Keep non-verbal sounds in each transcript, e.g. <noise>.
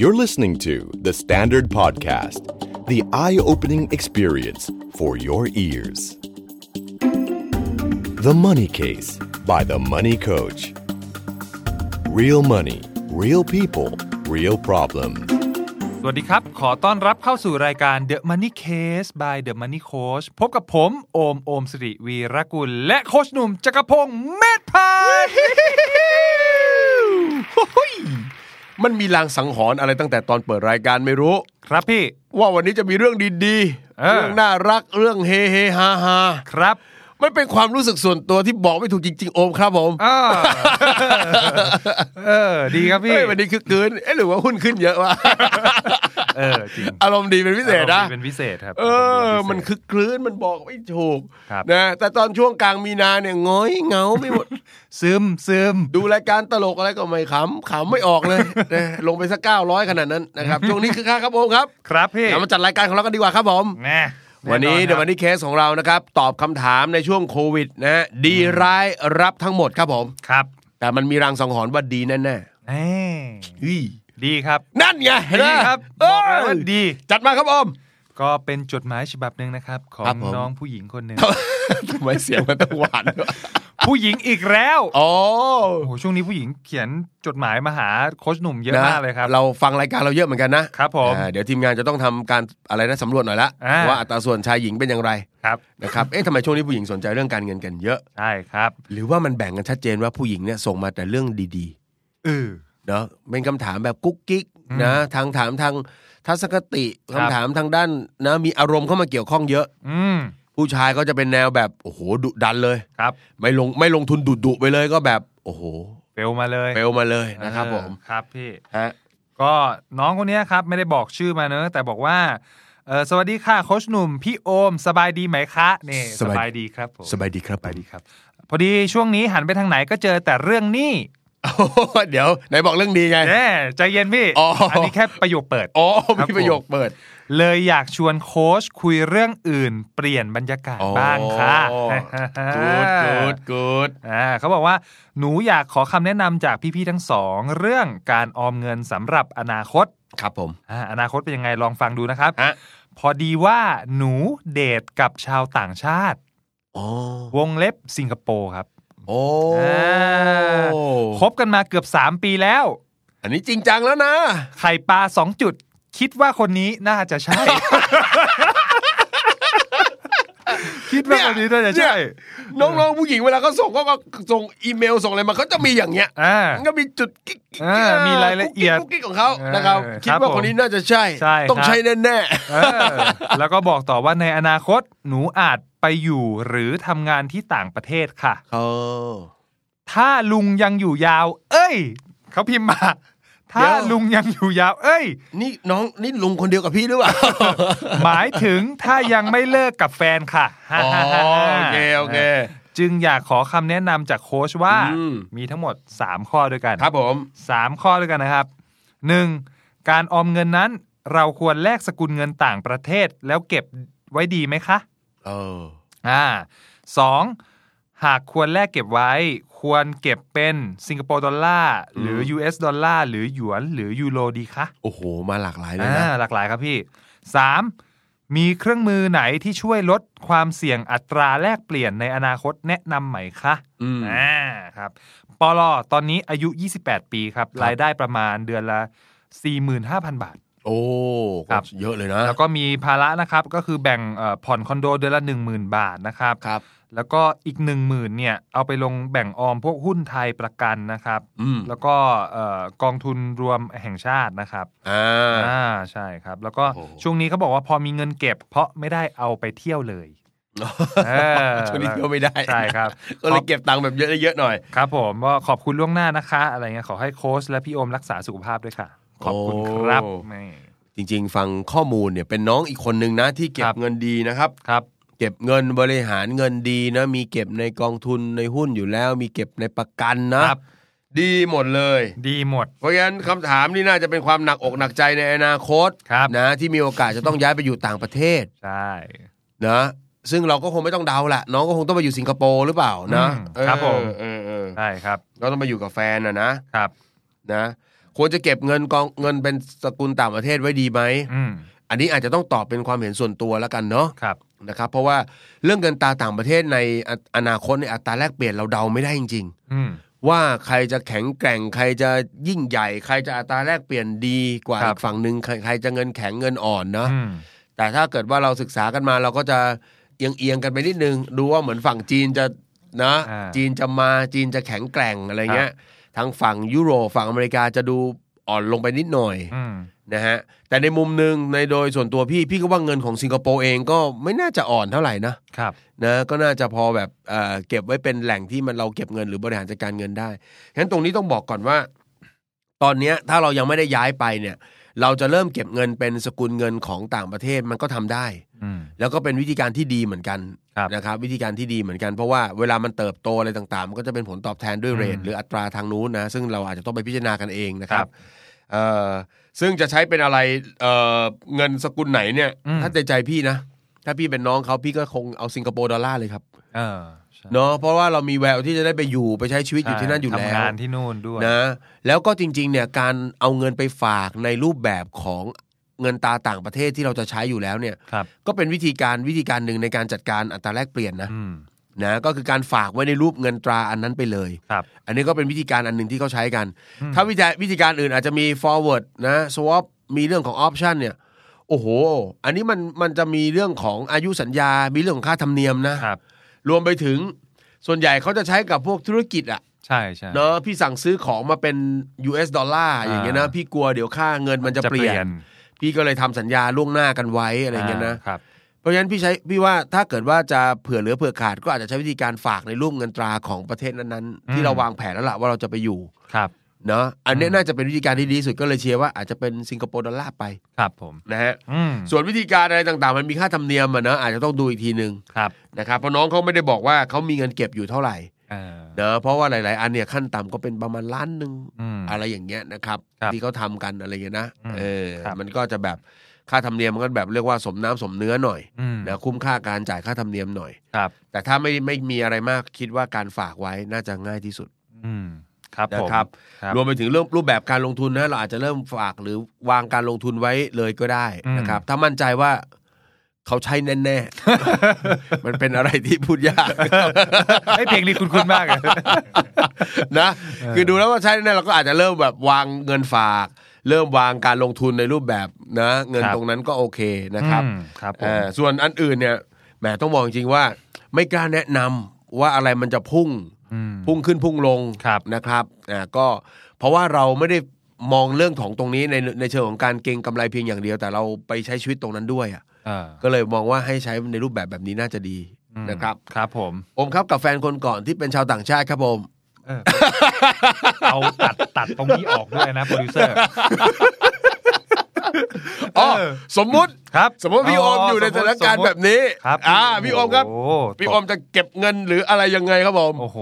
You're listening to The Standard Podcast, the eye opening experience for your ears. The Money Case by The Money Coach. Real money, real people, real problem. สวัสดีครับ ขอต้อนรับเข้าสู่รายการ The Money Case by The Money Coach พบกับผม โอม โอมสิริวีรกุล และโคชหนุ่มจักรพงศ์เมธพันธ์ มันมีลางสังหรณ์อะไรตั้งแต่ตอนเปิดรายการไม่รู้ ครับพี่ ว่าวันนี้จะมีเรื่องดี เออๆเรื่องน่ารักเรื่องเฮเฮฮาฮา ครับ มันเป็นความรู้สึกส่วนตัวที่บอกไม่ถูกจริง ๆ โอมครับผม อ่าเออ ดีครับพี่ เฮ้ยวันนี้คือเกินเอ๊ะหรือว่าหุ้นขึ้นเยอะ <laughs> วะ เออจริง อารมณ์ดีเป็นพิเศษนะ เป็นพิเศษครับ เออ เป็ มัน พิเศษ คึกคลื้นมันบอกไม่ถูก ครับ นะแต่ตอนช่วงกลางมีนาเนี่ยง้อยเหงาไม่ <laughs> หมด ซึมซึม ดูรายการตลกอะไรก็ไม่ขำขำไม่ออกเลย <laughs> นะลงไปสักเก้าร้อยขนาดนั้นนะครับช่วงนี้คือค่าครับโอมครับ ครับพี่ เดี๋ยวมาจัดรายการของเรากันดีกว่าครับผม แน่ วันนี้ แอ เดี๋ยววันนี้เคสของเรานะครับ ตอบคำถามในช่วงโควิดนะฮะดีร้ายรับทั้งหมดครับผม ครับ แต่มันมีรังสังหรณ์ว่าดีแน่ แน่ ๆอี้ ดีครับ นั่นไงเห็นไหม ดีครับ เอ บอกแล้ว อ ว่าดี จัดมาครับอม ก็เป็นจดหมายฉบับหนึ่งนะครับ ขอ ครั ง บผม น้องผู้หญิงคนหนึ่ง ทำไมเสียงมันต้องหวานด้วย ผู้หญิงอีกแล้ว โอ้ โอ้โหช่วงนี้ผู้หญิงเขียนจดหมายมาหาโค้ชหนุ่มเยอะ นะ มากเลยครับ เราฟังรายการเราเยอะเหมือนกันนะครับ ผม อ่าเดี๋ยวทีมงานจะต้องทำการอะไรนะสำรวจหน่อยละ อ่า ว่าอัตราส่วนชายหญิงเป็นอย่างไร ครับ นะครับเอ๊ะทำไมช่วงนี้ผู้หญิงสนใจเรื่องการเงินกันเยอะ ใช่ครับ หรือว่ามันแบ่งกันชัดเจนว่าผู้หญิงเนี่ยส่งมาแต่เรื่องดีๆ เออ เนาะเป็นคำถามแบบกุ๊กกิ๊ก อืม นะทางถามทางทัศนคติ ค คำ รับ ถามทางด้านนะมีอารมณ์เข้ามาเกี่ยวข้องเยอะ อืม ผู้ชายก็จะเป็นแนวแบบโอ้โหดุดันเลย ครับ ไม่ลงไม่ลงทุนดุดุๆไปเลยก็แบบโอ้โห เฟลมาเลย เปลมาเลยนะครับ เออ ผม ครับพี่ ฮะ ก็น้องคนเนี้ยครับ ไม่ได้บอกชื่อมาเนอะแต่บอกว่าเออสวัสดีค่ะโค้ชหนุ่ม พี่โอม สบายดีไหมคะนี่สบายดีครับผม สบายดีครับ สบายดีครับ พอดีช่วงนี้หันไปทางไหนก็เจอแต่เรื่องหนี้ โอ้โหเดี๋ยวไหนบอกเรื่องดีไง แน่ใจเย็นพี่ อ๋ออั อันนี้แค่ประโยคเปิด อ๋อ ครับ มีประโยคเปิด เลยอยากชวนโค้ชคุยเรื่องอื่น เปลี่ยนบรรยากาศ อ๋อ บ้างค่ะ กูดกูดกูด อ่าเขาบอกว่าหนูอยากขอคำแนะนำจากพี่ๆทั้งสองเรื่องการออมเงินสำหรับอนาคต ครับผม อ่าอนาคตเป็นยังไงลองฟังดูนะครับ ฮะ พอดีว่าหนูเดทกับชาวต่างชาติ อ๋อ วงเล็บสิงคโปร์ครับ โอ้ คบกันมาเกือบ 3 ปีแล้ว อันนี้จริงจังแล้วนะ ไข่ปลา2จุด คิดว่าคนนี้น่าจะใช่ <laughs> คิดว่าคนนี้น่าจะใช่ น้องๆผู้หญิงเวลาเขาส่งก็ส่งอีเมลส่งอะไรมาเขาจะมีอย่างเงี้ย อ่า ก็มีจุดกิ๊กกิ๊ก อ่ามีรายละเอียด กุ๊กกิ๊กกุ๊กกิ๊กของเขา เออ นะครับ ครับ คิดว่าคนนี้น่าจะใช่ ใช่ ต้อง ครับ ใช่แน่ เออแล้วก็บอกต่อว่าในอนาคตหนูอาจไปอยู่หรือทำงานที่ต่างประเทศค่ะ ๆเขา ถ้าลุงยังอยู่ยาว เอ้ย เขาพิมพ์มา ถ้าลุงยังอยู่ยาว เอ้ย นี่น้องนี่ลุงคนเดียวกับพี่หรือเปล่า หมายถึงถ้ายังไม่เลิกกับแฟนค่ะ อ๋อโอเคโอเค จึงอยากขอคำแนะนำจากโค้ชว่า อืม มีทั้งหมด 3 ข้อด้วยกัน ครับผม สามข้อด้วยกันนะครับ 1. การออมเงินนั้น เราควรแลกสกุลเงินต่างประเทศแล้วเก็บไว้ดีไหมคะ เออ อ่าสองหากควรแลกเก็บไว้ ควรเก็บเป็นสิงคโปร์ดอลลาร์หรือ US ดอลลาร์หรือหยวนหรือยูโรดีคะ โอ้โหมาหลากหลายเลย อ่า นะ หลากหลายครับพี่สามมีเครื่องมือไหนที่ช่วยลดความเสี่ยงอัตราแลกเปลี่ยนในอนาคตแนะนำไหมคะ อืม อ่าครับปอลอตอนนี้อายุ 28 ปีครับ ครับ รายได้ประมาณเดือนละ 45,000 บาท โอ้ ครั ก็ บ เยอะเลยนะ แล้วก็มีภาระนะครับ ก็คือแบ่งเอ่อผ่อนคอนโดเดือนละ 10,000 บาทนะครับ ครับ แล้วก็อีก 10,000เนี่ย เอาไปลงแบ่งออมพวกหุ้นไทยประกันนะครับ อืม แล้วก็เอ่อกองทุนรวมแห่งชาตินะครับ อ่า อ่าใช่ครับ แล้วก็ โอ้โห ช่วงนี้เขาบอกว่าพอมีเงินเก็บ เพราะไม่ได้เอาไปเที่ยวเลยเออ <laughs> ช่วงนี้เที่ยวไม่ได้ ใช่ครับ ก็เลยเก็บตังค์แบบเยอะๆหน่อย ครับผมก็ขอบคุณล่วงหน้านะคะ อะไรเงี้ยขอให้โค้ชและพี่โอมรักษาสุขภาพด้วยค่ะ ขอบคุณครับ โอ้ แม่ จริง ๆ ฟังข้อมูลเนี่ยเป็นน้องอีกคนนึงนะที่เก็ ครับ บ เงินดีนะครับ ครับ เก็บเงินบริหารเงินดีนะ มีเก็บในกองทุนในหุ้นอยู่แล้ว มีเก็บในประกัน ค นะ รับ ดีหมดเลย ดีหมด เพราะงั้นคำถามนี่น่าจะเป็นความหนักอกหนักใจในอนาคต ครับ นะที่มีโอกาสจะต้องย้ายไปอยู่ต่างประเทศ ใช่ นะซึ่งเราก็คงไม่ต้องเดาละน้องก็คงต้องไปอยู่สิงคโปร์หรือเปล่านะ อืมครับผม เออเออเออ ใช่ครับ ก็ต้องไปอยู่กับแฟนนะนะ ครับ นะ ควรจะเก็บเงินกองเงินเป็นสกุลต่างประเทศไว้ดีไหม อืม อันนี้อาจจะต้องตอบเป็นความเห็นส่วนตัวแล้วกันเนาะ ครับ นะครับ เพราะว่าเรื่องเงินตราต่างประเทศในออนาคตในยอัตราแลกเปลี่ยนเราเดาไม่ได้จริง อืม ๆ ว่าใครจะแข็งแกร่ง ใครจะยิ่งใหญ่ ใครจะอัตราแลกเปลี่ยนดีกว่า ครั อี บ กฝั่งหนึ่งใครใครจะเงินแข็งเงินอ่อนเนาะ อืม แต่ถ้าเกิดว่าเราศึกษากันมาเราก็จะเอียงเอียงๆกันไปนิดนึง ดูว่าเหมือนฝั่งจีนจะนะ อ่า จีนจะมาจีนจะแข็งแกร่งอะไรเงี้ยทางฝั่งยุโรปฝั่งอเมริกาจะดูอ่อนลงไปนิดหน่อย อืม นะฮะแต่ในมุมหนึ่งในโดยส่วนตัวพี่พี่ก็ว่าเงินของสิงคโปร์เองก็ไม่น่าจะอ่อนเท่าไหร่นะครับ นะก็น่าจะพอแบบเอ่อเก็บไว้เป็นแหล่งที่มันเราเก็บเงินหรือบริหารจัดการเงินได้ฉะนั้นตรงนี้ต้องบอกก่อนว่า ตอนเนี้ยถ้าเรายังไม่ได้ย้ายไปเนี่ย เราจะเริ่มเก็บเงินเป็นสกุลเงินของต่างประเทศมันก็ทำได้ อืม แล้วก็เป็นวิธีการที่ดีเหมือนกัน ครับ นะครับ วิธีการที่ดีเหมือนกันเพราะว่าเวลามันเติบโตอะไรต่างๆ มันก็จะเป็นผลตอบแทนด้วยเรทหรืออัตราทางนู้นนะซึ่งเราอาจจะต้องไปพิจารณากันเองนะครับเอ่อซึ่งจะใช้เป็นอะไรเอ่อเงินสกุลไหนเนี่ย อืม ถ้าใจใจพี่นะ ถ้าพี่เป็นน้องเขาพี่ก็คงเอาสิงคโปร์ดอลลาร์เลยครับ เออใช่ เนาะเพราะว่าเรามีแววที่จะได้ไปอยู่ไปใช้ชีวิตอยู่ที่นั่นอยู่ ใช่ แล้ว ทำงานที่นู่นด้วย นะแล้วก็จริงๆเนี่ยการเอาเงินไปฝากในรูปแบบของเงินตราต่างประเทศที่เราจะใช้อยู่แล้วเนี่ย ครับ ก็เป็นวิธีการวิธีการหนึ่งในการจัดการอัตราแลกเปลี่ยนนะ อืม นะก็คือการฝากไว้ในรูปเงินตราอันนั้นไปเลย ครับ อันนี้ก็เป็นวิธีการอันหนึ่งที่เขาใช้กัน อืม ถ้าวิธีวิธีการอื่นอาจจะมี forward นะ swap มีเรื่องของ option เนี่ยโอ้โห อันนี้มันมันจะมีเรื่องของอายุสัญญา มีเรื่องของค่าธรรมเนียมนะครับ รวมไปถึงส่วนใหญ่เขาจะใช้กับพวกธุรกิจอะ ใช่ใช่ เนอะพี่สั่งซื้อของมาเป็น US ดอลลาร์ อ่า อย่างเงี้ยนะ พี่กลัวเดี๋ยวค่าเงินมันจะเปลี่ยน พี่ก็เลยทำสัญญาล่วงหน้ากันไว้อะไรเงี้ยนะ าครับ เพราะฉะนั้นพี่ใช้พี่ว่าถ้าเกิดว่าจะเผื่อเหลือเผื่อขาดก็อาจจะใช้วิธีการฝากในรูปเงินตราของประเทศนั้นๆ อื ที่ ม เราวางแผนแล้วล่ะว่าเราจะไปอยู่ ครับ เนอะอันเนี้ยน่าจะเป็นวิธีการที่ดีที่สุดก็เลยเชียร์ว่าอาจจะเป็นสิงคโปร์ดอลลาร์ไป ครับผม นะฮะ อืม ส่วนวิธีการอะไรต่างๆ มันมีค่าธรรมเนียมอะนะอาจจะต้องดูอีกทีหนึ่ง ครับ นะครับเพราะน้องเขาไม่ได้บอกว่าเขามีเงินเก็บอยู่เท่าไหร่ เออ เนอะเพราะว่าหลาย ๆ อันเนี่ยขั้นต่ำก็เป็นประมาณล้านหนึ่ง อืม อะไรอย่างเงี้ยนะครับ ครับ ที่เขาทำกันอะไรอย่างเงี้ยนะ อืม เออ ครับ มันก็จะแบบค่าธรรมเนียมมันก็แบบเรียกว่าสมน้ำสมเนื้อหน่อย อืม นะคุ้มค่าการจ่ายค่าธรรมเนียมหน่อย ครับ แต่ถ้าไม่ไม่มีอะไรมากคิดว่าการฝากไว้น่าจะง่ายที่สุด อืมครับผม นะครับ ครับ รวมไปถึงเรื่องรูปแบบการลงทุนนะเราอาจจะเริ่มฝากหรือวางการลงทุนไว้เลยก็ได้ อืม นะครับ ถ้ามั่นใจว่าเขาใช้แน่ๆ <laughs> มันเป็นอะไรที่พูดยาก <laughs> ไอ้ยเพลงนี้คุ้นๆมากเลย นะคือดูแล้วว่าใช่แน่เราก็อาจจะเริ่มแบบวางเงินฝาก เริ่มวางการลงทุนในรูปแบบนะ เงิน ครับ ตรงนั้นก็โอเคนะครับ อืมครับผม เอ่อส่วนอันอื่นเนี่ยแหมต้องมองจริงๆว่า ไม่กล้าแนะนำว่าอะไรมันจะพุ่ง ม พุ่งขึ้นพุ่งลง ครับ นะครับอ่าก็เพราะว่าเราไม่ได้มองเรื่องของตรงนี้ในในเชิงของการเก็งกำไรเพียงอย่างเดียว แต่เราไปใช้ชีวิตตรงนั้นด้วยอ่ะ เออ ก็เลยมองว่าให้ใช้ในรูปแบบแบบนี้น่าจะดีนะครับ ครับผม อมครับกับแฟนคนก่อนที่เป็นชาวต่างชาติครับผม เออเอาตัดตัดตรงนี้ออกด้วยนะโปรดิวเซอร์ อ๋อสมมุติ ครับ สมมติพี่โอมอยู่ในสถานการณ์แบบนี้ ครับ อ่าพี่โอมครับ โอ้โห พี่โอมจะเก็บเงินหรืออะไรยังไงครับผม โอ้โห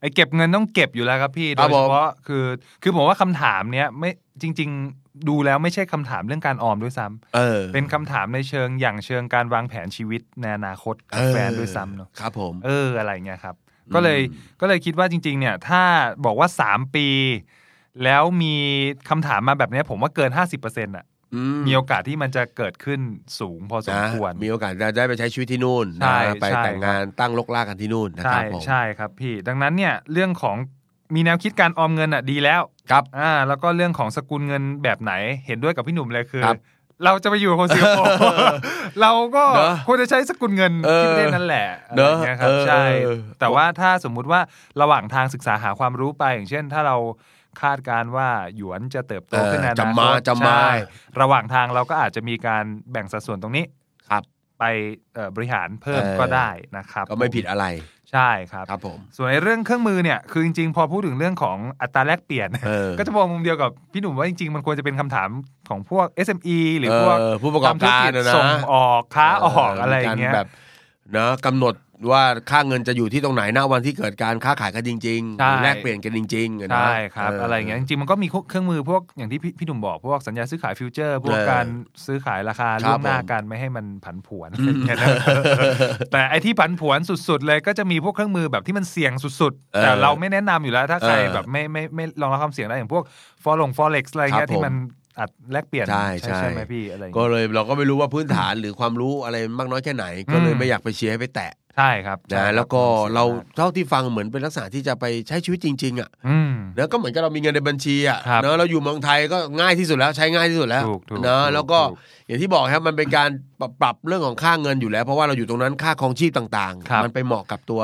ไอเก็บเงินต้องเก็บอยู่แล้วครับพี่ ค โด รับ ยเฉ ผม พาะคือ คือผมว่าคำถามเนี้ยไม่จริง ๆ ดูแล้วไม่ใช่คำถามเรื่องการออมด้วยซ้ำ เออ เป็นคำถามในเชิงอย่างเชิงการวางแผนชีวิตในอนาคตกับแฟนด้วยซ้ำเนอะ ครับผม เอออะไรเงี้ยครับ ก็เลยก็เลยคิดว่าจริง ๆ เนี่ย ถ้าบอกว่า 3 ปี แล้วมีคำถามมาแบบเนี้ยผมว่าเกิน 50%อน่ะ อื มีโอกาสที่มันจะเกิดขึ้นสูงพอสม นะ ควร มีโอกาสได้ไปใช้ชีวิตที่นู่น ใช่ นะไป ใช่ แต่งงานตั้งลกลากกันที่นู่นนะค ใช่ รับผม ใช่ครับพี่ ดังนั้นเนี่ยเรื่องของมีแนวคิดการออมเงินอ่ะดีแล้ว ครับ อ่าแล้วก็เรื่องของสกุลเงินแบบไหนเห็นด้วยกับพี่หนุ่มเลยคือ ครับ เราจะไปอยู่กับคนสิงคโปร์ เราก็ เนอะ ควรจะใช้สกุลเงิน เออ ที่ประเทศนั้นแหละ เนไรอะย่างงี้ยครับ เออ ใช่ เออ แต่ว่าถ้าสมมุติว่าระหว่างทางศึกษาหาความรู้ไป อย่างเช่น ถ้าเราคาดการณ์ว่าหยวนจะเติบโตขึ้นในอ จะ นาค มา ต จะมา ใช่ระหว่างทางเราก็อาจจะมีการแบ่งสัดส่วนตรงนี้ ครับ ไปเอ่อบริหารเพิ่ม เออ ก็ได้นะครับ ก็ไม่ผิดอะไร ใช่ครับ ครับผม ส่วนไอ้เรื่องเครื่องมือเนี่ยคือจริงๆ พอพูดถึงเรื่องของอัตราแลกเปลี่ยน เออ ก็จะมองมุมเดียวกับพี่หนุ่มว่าจริงๆ มันควรจะเป็นคำถามของพวก SME หรือพวก เผู้ประกอบการ ทำธุ นะ จส่งออกค้าออกอะไรอย่างเงี้ย มีแบบนะกำหนด ว่าค่าเงินจะอยู่ที่ตรงไหนหน้าวันที่เกิดการค้าขายกันจริง ใช่ ๆแลกเปลี่ยนกันจริงๆอะนะ ใช่ครับ เ อะไรอย่างเงี้ยจริงๆมันก็มีเครื่องมือพวกอย่างที่พี่พี่หนุ่มบอกพวกสัญญาซื้อขายฟิวเจอร์ พวก เออ การซื้อขายราคา ครับ ล่วงหน้า ผม การไม่ให้มันผันผวนเนี่ยนะ <laughs> แต่ไอที่ผันผวนสุด ๆ เลยก็จะมีพวกเครื่องมือแบบที่มันเสี่ยงสุดๆ แต่เราไม่แนะนำอยู่แล้วถ้าใครแบบไม่ไม่ไม่ไม่ลองรับความเสี่ยงได้อย่างพวกฟอลงฟอเร็กซ์อะไรเงี้ย ครับผม ที่มันอัดแลกเปลี่ยน ใช่ใช่ ใช่ไหมพี่อะไรอย่าง ก็ เงี้ย เลยเราก็ไม่รู้ว่าพื้นฐานหรือความรู้อะไรมากน้อยแค่ไหน ก็เลย อืม ไม่อยากไปเชียร์ให้ไปแตะ ใช่ครับใช่ค นะ บ แล้วก็ สี่ยง เรา มก เท่าที่ฟังเหมือนเป็นลักษณะที่จะไปใช้ชีวิตจริงๆอ่ะ อืม นะก็เหมือนกับเรามีเงินในบัญชีอ่ะ ครับ เนอะเราอยู่เมืองไทยก็ง่ายที่สุดแล้วใช้ง่ายที่สุดแล้ว ถูกถูก เนอะ ถูก แล้วก็ ถูก อย่างที่บอกครับมันเป็นการปรับปรับเรื่องของค่าเงินอยู่แล้ว เพราะว่าเราอยู่ตรงนั้นค่าครองชีพต่าง ครับ ๆ มันไปเหมาะกับตัว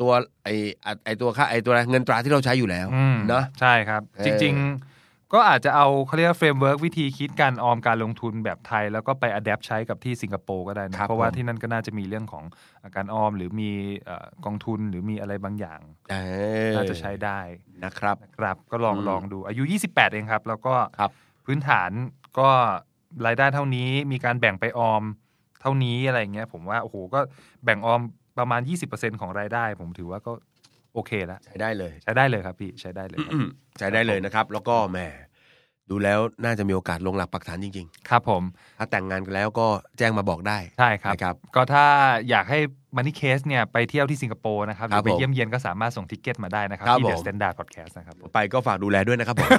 ตัวไออะไอตัวค่าไอตัวอะไรเงินตราที่เราใช้อยู่แล้ว อืม เนอะ ใช่ครับ เออ จริง ๆ ก็อาจจะเอาเขาเรียกเฟรมเวิร์กวิธีคิดการออมการลงทุนแบบไทย แล้วก็ไปอัดแอปใช้กับที่สิงคโปร์ก็ได้นะ ครับ เพราะว่า ผม ที่นั่นก็น่าจะมีเรื่องของการออม หรือมีเอ่อกองทุนหรือมีอะไรบางอย่าง เออ น่าจะใช้ได้ นะครับ นะครับ ก็ลอง อืม ลองดูอายุ 28 เองครับ แล้วก็ ครับ พื้นฐานก็รายได้เท่านี้มีการแบ่งไปออมเท่านี้อะไรอย่างเงี้ยผมว่าโอ้โหก็แบ่งออมประมาณ 20%ของรายได้ ผมถือว่าก็โอเคแล้ว ใช้ได้เลย ใช้ได้เลยครับพี่ใช้ได้เลยครับ ใช้ได้เลยนะครับ แล้วก็แหมดูแล้วน่าจะมีโอกาสลงหลักปักฐานจริง ครับผม ๆ ถ้าแต่งงานกันแล้วก็แจ้งมาบอกได้ ใช่ครับ นะครับ ก็ถ้าอยากให้มันนี่เคสเนี่ยไปเที่ยวที่สิงคโปร์นะครับห ค รื รับ อไป ผม เยี่ยมเยียนก็สามารถส่งทิกเก็ตมาได้นะครับ ครับ ที่เด ผ อะ ม สแตนดาร์ดพอดแคสต์นะครับผม ไปก็ฝากดูแลด้วยนะครับผม <laughs>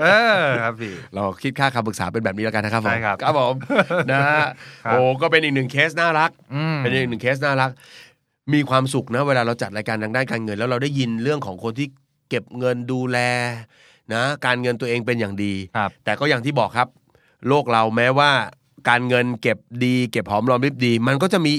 เออครับพี่ เราคิดค่าคำปรึกษาเป็นแบบนี้แล้วกันนะครับผม ใช่ครับ ครับผม <laughs> นะฮะ ครับ โอ้ก็เป็นอีกหนึ่งเคสน่ารัก อืม เป็นอีกหนึ่งเคสน่ารัก มีความสุขนะ เวลาเราจัดรายการทางด้านการเงิน แล้วเราได้ยินเรื่องของคนที่เก็บเงินดูแลนะ การเงินตัวเองเป็นอย่างดี ครับ แต่ก็อย่างที่บอกครับ โลกเราแม้ว่า การเงินเก็บดี เก็บหอมรอมริบดี มันก็จะมี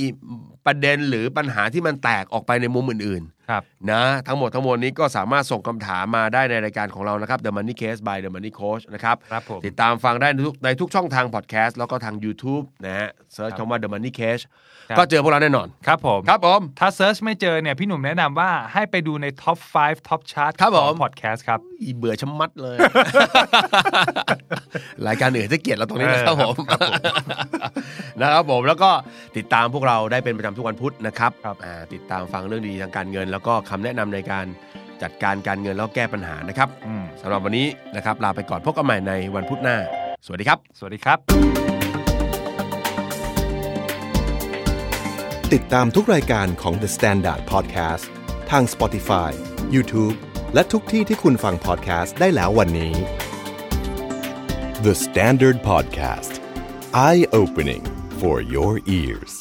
ประเด็นหรือปัญหาที่มันแตกออกไปในมุมอื่น ครับ ๆ นะ ทั้งหมดทั้งมวลนี้ก็สามารถส่งคำถามมาได้ในรายการของเรานะครับ The Money Case by The Money Coach นะครับ ครับผม ติดตามฟังได้ในทุกในทุกช่องทางพอดแคสต์แล้วก็ทาง YouTube นะฮะเซิร์ชคำว่า The Money Case ครับ ก็เจอพวกเราแน่นอน ครับผม ครับผม ถ้าเซิร์ชไม่เจอเนี่ย พี่หนุ่มแนะนำว่าให้ไปดูในท็อป 5 ท็อปชาร์ต ครับผม พอดแคสต์ครับ อีเบื่อชะมัดเลย <laughs> รายการอื่นจะเกลียดเราตรงนี้นะครับผม <laughs> นะครับผมแล้วก็ติดตามพวกเราได้เป็นประจำทุกวันพุธนะครับ ครับ อ่าติดตามฟังเรื่องดีๆทางการเงิน แล้วก็คำแนะนำในการจัดการการเงินแล้วแก้ปัญหานะครับ อืม สำหรับวันนี้นะครับลาไปก่อนพบกันใหม่ในวันพุธหน้า สวัสดีครับ สวัสดีครับ ติดตามทุกรายการของ The Standard Podcast ทาง Spotify, YouTube และทุกที่ที่คุณฟัง podcast ได้แล้ววันนี้ The Standard Podcast Eye Opening for Your Ears